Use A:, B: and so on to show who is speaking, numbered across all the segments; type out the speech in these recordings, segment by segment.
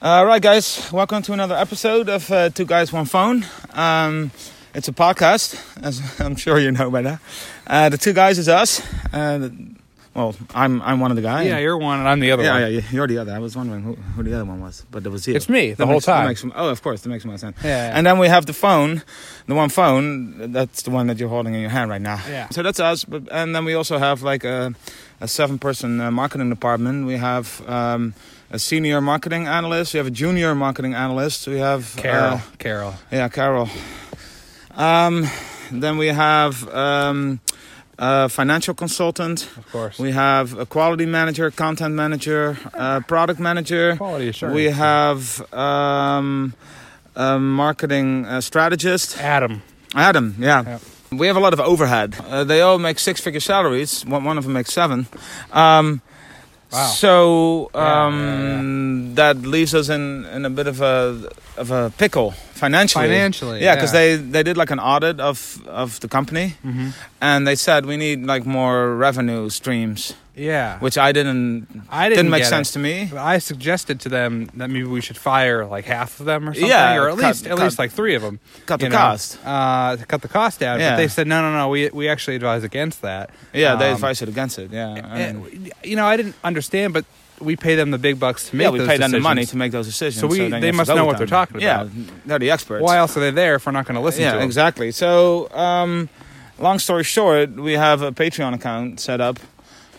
A: All right, guys, welcome to another episode of uh, Two Guys One Phone. Um, it's a podcast, as I'm sure you know by now. Uh, the two guys is us. Uh, the- well, I'm I'm one of the guys.
B: Yeah, you're one, and I'm the other
A: yeah,
B: one.
A: yeah, you- you're the other. I was wondering who, who the other one was, but it was you.
B: It's me, the
A: That
B: whole
A: makes- that
B: time.
A: makes- oh, of course, that makes more sense.
B: Yeah.
A: And then we have the phone, the one phone. That's the one that you're holding in your hand right now.
B: Yeah.
A: So that's us. But, and then we also have like a, a seven-person uh, marketing department. We have um, a senior marketing analyst. We have a junior marketing analyst. We have
B: Carol,
A: uh,
B: Carol.
A: yeah, Carol. Um, then we have um, a financial consultant.
B: Of course.
A: We have a quality manager, content manager, uh, product manager.
B: Quality assurance.
A: We have um, a marketing uh, strategist,
B: Adam.
A: Adam. Yeah.
B: Yep.
A: We have a lot of overhead. Uh, they all make six-figure salaries. One, one of them makes seven. Um,
B: Wow.
A: So um,
B: yeah,
A: that leaves us in, in a bit of a of a pickle financially.
B: Financially.
A: yeah, because they, they did like an audit of, of the company,
B: they. hmm
A: and they said we need like more revenue streams,
B: Yeah.
A: which I didn't
B: I
A: didn't,
B: didn't
A: make
B: get
A: sense
B: it.
A: to me.
B: But I suggested to them that maybe we should fire like half of them or something,
A: Yeah,
B: or at
A: cut-
B: least at
A: cut-
B: least like three of them.
A: Cut the
B: you know,
A: cost.
B: Uh, to cut the cost down.
A: Yeah.
B: But they said no, no, no. We we actually advise against that.
A: Yeah, they
B: Um, eh,
A: advised it against it. Yeah, I mean,
B: and, you know, I didn't understand, but we pay them the big bucks to make.
A: yeah, we
B: those
A: paid them the money
B: decisions.
A: to make those decisions.
B: So we-
A: then you
B: they
A: have to
B: must
A: go
B: know
A: with
B: what they're
A: them.
B: talking about.
A: Yeah, they're the experts.
B: Why else are they there if we're not going to listen
A: yeah,
B: to them?
A: exactly. So, um, long story short, we have a Patreon account set up.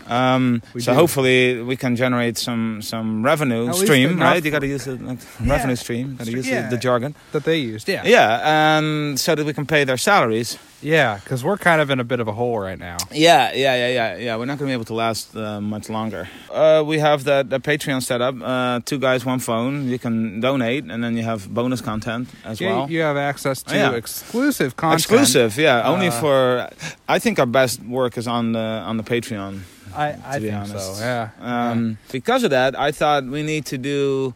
A: Um,
B: We
A: so
B: do.
A: hopefully we can generate some some revenue
B: At least
A: stream,
B: enough
A: right? You
B: for-
A: got to use the like, revenue stream. Got to
B: Stre-
A: use
B: yeah.
A: the, the jargon.
B: That they used. Yeah.
A: Yeah, and so that we can pay their salaries.
B: Yeah, because we're kind of in a bit of a hole right now.
A: Yeah, yeah, yeah, yeah, yeah. We're not going to be able to last uh, much longer. Uh, we have the, the Patreon set up. Uh, two guys, one phone. You can donate, and then you have bonus content as
B: Yeah,
A: well.
B: you have access to
A: Yeah.
B: exclusive content.
A: Exclusive, yeah. Only
B: Uh,
A: for, I think our best work is on the on the Patreon.
B: I, I
A: to be
B: think
A: honest.
B: so. Yeah.
A: Um, Because of that, I thought we need to do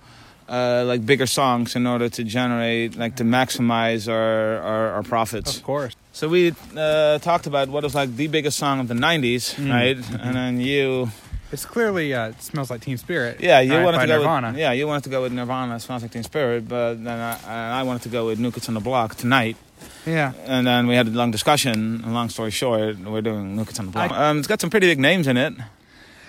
A: uh, like bigger songs in order to generate, like to maximize our our, our
B: Yeah.
A: profits.
B: Of course.
A: So we uh, talked about what is like the biggest song of the '90s,
B: Mm.
A: right? And then you.
B: It's clearly uh, it smells like Teen Spirit.
A: Yeah, you
B: right,
A: wanted
B: by
A: to go
B: Nirvana.
A: with yeah, you wanted to go with Nirvana, Smells Like Teen Spirit, but then I, and I wanted to go with New Kids on the Block tonight.
B: yeah.
A: And then we had a long discussion. And long story short, we're doing New Kids on the Block. um, it's got some pretty big names in it.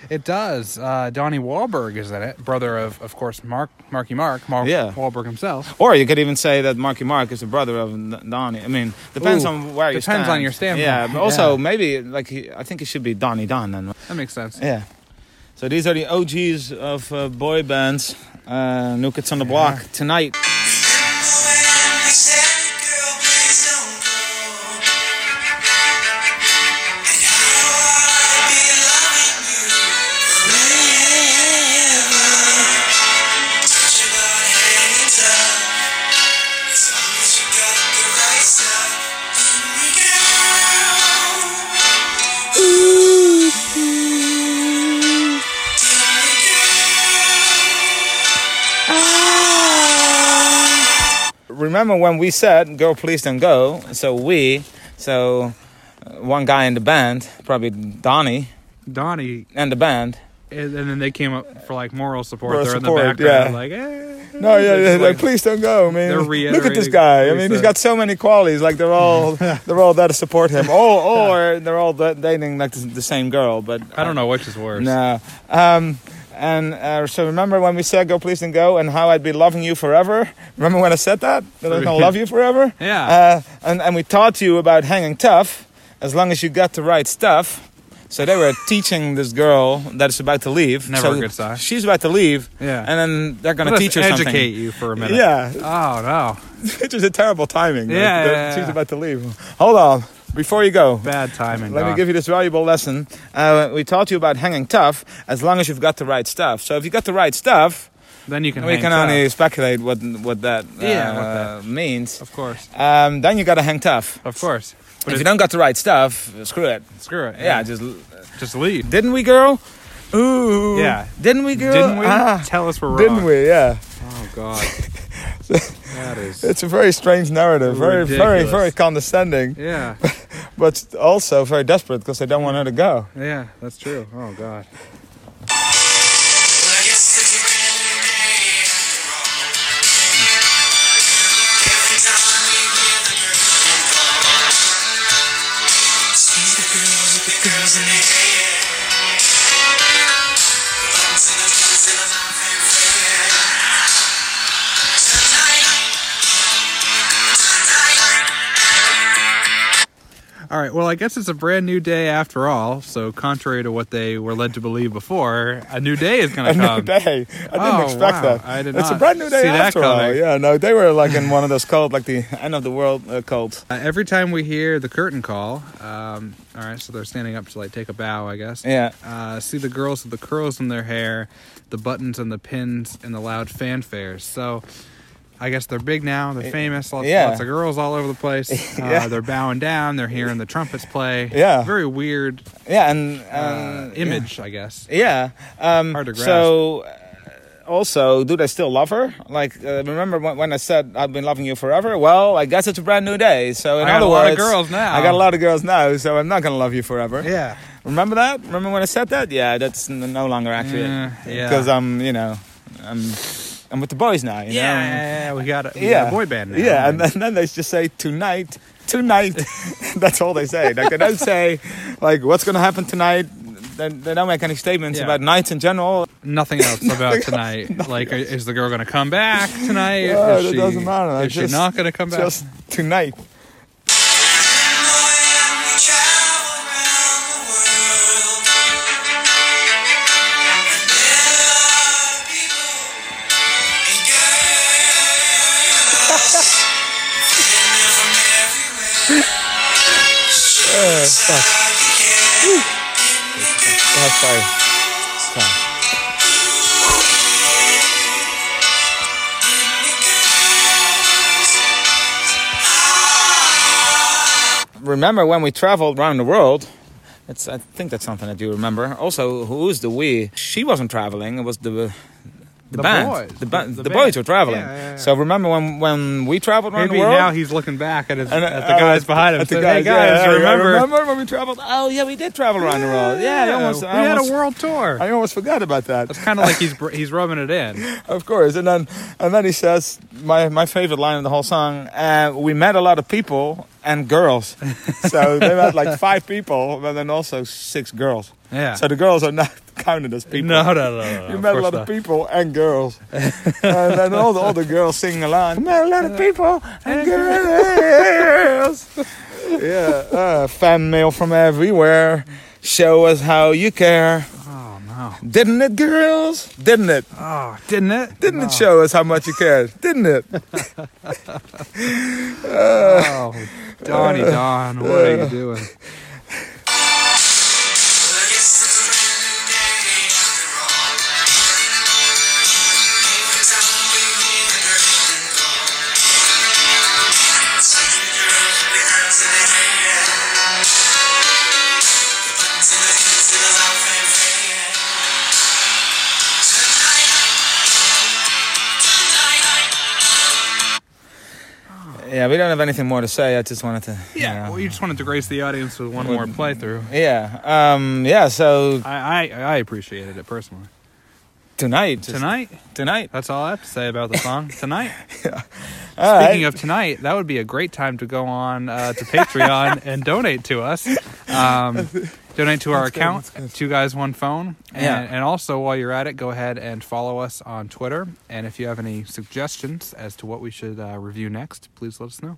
B: It does. Uh, Donnie Wahlberg is in it, brother of, of course, Mark Marky Mark, Mark
A: Yeah.
B: Wahlberg himself.
A: Or you could even say that Marky Mark is the brother of N- Donnie. I mean, depends
B: Ooh,
A: on where you stand.
B: depends on your standpoint.
A: Yeah, but also
B: Yeah.
A: maybe like he, I think it should be Donnie Don then.
B: That makes sense.
A: Yeah. So these are the OGs of uh, boy bands. Uh, New Kids on the Block tonight. Remember when we said "Girl, please don't go"? So we, so uh, one guy in the band, probably Donnie,
B: Donnie,
A: and the band.
B: and, and then they came up for like moral support.
A: Moral
B: They're in
A: support,
B: the background,
A: yeah.
B: like, eh.
A: No, yeah,
B: It's
A: yeah, like,
B: like-
A: please don't go, man.
B: They're
A: Look at this
B: reiterating
A: guy. I
B: what he
A: mean, he's
B: said.
A: got so many qualities. Like they're all they're all there to support him. Or or they're all da- dating like the, the same girl. But
B: I don't know which is worse.
A: No. Um, and uh, so remember when we said "Go, please, and go," and how I'd be loving you forever. Remember when I said that that I was gonna love you forever.
B: Yeah.
A: Uh, and and we taught you about hanging tough, as long as you got the right stuff. So they were teaching this girl that is about to leave.
B: Never
A: so
B: a good sign.
A: She's about to leave,
B: yeah.
A: and then they're gonna
B: Let's
A: teach her
B: educate
A: something.
B: you for a minute.
A: Yeah,
B: Oh no.
A: it's just a terrible timing.
B: Yeah,
A: Like,
B: yeah,
A: the-
B: yeah,
A: she's
B: yeah.
A: about to leave. Hold on, before you go,
B: Bad timing.
A: let me
B: Don.
A: give you this valuable lesson. Uh, we taught you about hanging tough as long as you've got the right stuff. So if you got the right stuff,
B: Then you can.
A: we
B: hang
A: can
B: tough.
A: only speculate what what that, uh,
B: Yeah, what
A: means.
B: Of course.
A: Um, then you got to hang tough.
B: Of course. But
A: if
B: it-
A: you don't got the right stuff, screw it.
B: Screw it.
A: Yeah, just
B: Just leave.
A: didn't we, girl? Ooh.
B: Yeah.
A: Didn't we, girl?
B: Didn't we?
A: Ah,
B: Tell us we're wrong.
A: didn't we? Yeah.
B: Oh God. that is.
A: It's a very strange narrative. Very, very,
B: Ridiculous.
A: very condescending,
B: Yeah.
A: but also very desperate because they don't want her to go.
B: Yeah. That's true. Oh God.
C: Well, I guess if you really made it wrong.
B: All right. Well, I guess it's a brand new day after all. So, contrary to what they were led to believe before, a new day is going
A: A
B: to come.
A: new day. I didn't
B: Oh,
A: expect
B: wow.
A: that.
B: I did
A: it's a
B: not
A: brand new day
B: see that
A: after all.
B: coming.
A: Yeah, no, they were like in one of those cult, like the end of the world uh, cult.
B: Uh, every time we hear the curtain call, um, all right, so they're standing up to like take a bow, I guess.
A: Yeah.
B: Uh, see the girls with the curls in their hair, the buttons and the pins, and the loud fanfares. So, I guess they're big now. They're famous. Lots,
A: Eh, yeah.
B: lots of girls all over the place. Uh,
A: Yeah.
B: They're bowing down. They're hearing the trumpets play.
A: Yeah.
B: Very weird
A: Yeah, and
B: uh,
A: um,
B: image, I guess.
A: Yeah. Um,
B: Hard to grasp.
A: So, uh, also, do they still love her? Like, uh, remember when, when I said I've been loving you forever? Well, I guess it's a brand new day. So, in
B: I got
A: other
B: a lot of
A: words,
B: girls now.
A: I got a lot of girls now, so I'm not gonna love you forever.
B: Yeah.
A: Remember that? Remember when I said that? Yeah, that's n- no longer accurate.
B: Yeah, Mm, yeah.
A: Because I'm, you know, I'm, I'm with the boys now. You
B: Yeah, yeah,
A: Know?
B: yeah, we got a, we
A: Yeah.
B: got a boy band now.
A: Yeah, and then, then they just say tonight, tonight. That's all they say. Like they don't say, like what's gonna happen tonight. They, they don't make any statements
B: Yeah.
A: about nights in general.
B: nothing else about tonight. like, is the girl going to come back tonight?
A: Yeah,
B: is
A: that
B: she,
A: doesn't matter.
B: Is
A: Just-
B: she not going to come back?
A: just tonight.
B: Uh,
A: Oh, sorry. Sorry. Remember when we traveled around the world? It's, I think that's something that you remember. Also, who's the we? She wasn't traveling. It was the the,
B: The
A: band.
B: boys.
A: The, ba-
B: The-
A: the,
B: the
A: boys
B: band.
A: were traveling.
B: Yeah, yeah, yeah.
A: So remember when when we traveled around
B: Maybe
A: the world?
B: now he's looking back at, his,
A: And, uh,
B: at the guys
A: uh,
B: behind him.
A: at the
B: saying, hey
A: guys, yeah,
B: guys,
A: yeah,
B: remember?
A: remember when we traveled? Oh yeah, we did travel around the world. Yeah, I almost,
B: we
A: I
B: had
A: almost-
B: a world tour.
A: I almost forgot about that.
B: it's kind of like he's br- he's rubbing it in.
A: Of course, and then and then he says my my favorite line of the whole song. Uh, we met a lot of people and girls, so they met like five people, but then also six girls.
B: Yeah.
A: So the girls are not counted as people.
B: no, no, no, no. no,
A: You met a
B: course
A: lot
B: not.
A: of people and girls, and then all the, all the girls singing along. We met a lot of people and girls. yeah, uh, fan mail from everywhere. Show us how you care.
B: Oh no!
A: Didn't it, girls? Didn't it?
B: Oh, didn't it?
A: Didn't
B: no.
A: it show us how much you cared? Didn't it?
B: Oh, Donnie, Don, what are you doing?
A: Yeah, we don't have anything more to say. I just wanted to.
B: Yeah, well, you just wanted to grace the audience with one more playthrough.
A: Yeah. Um. Yeah. So
B: I, I I appreciated it personally.
A: tonight. just-
B: Tonight,
A: Tonight.
B: that's all I have to say about the song. Tonight.
A: All right.
B: Speaking of tonight, that would be a great time to go on uh, to Patreon and donate to us. Um, donate to our account, Two Guys One Phone. And,
A: Yeah.
B: and also, while you're at it, go ahead and follow us on Twitter. And if you have any suggestions as to what we should uh, review next, please let us know.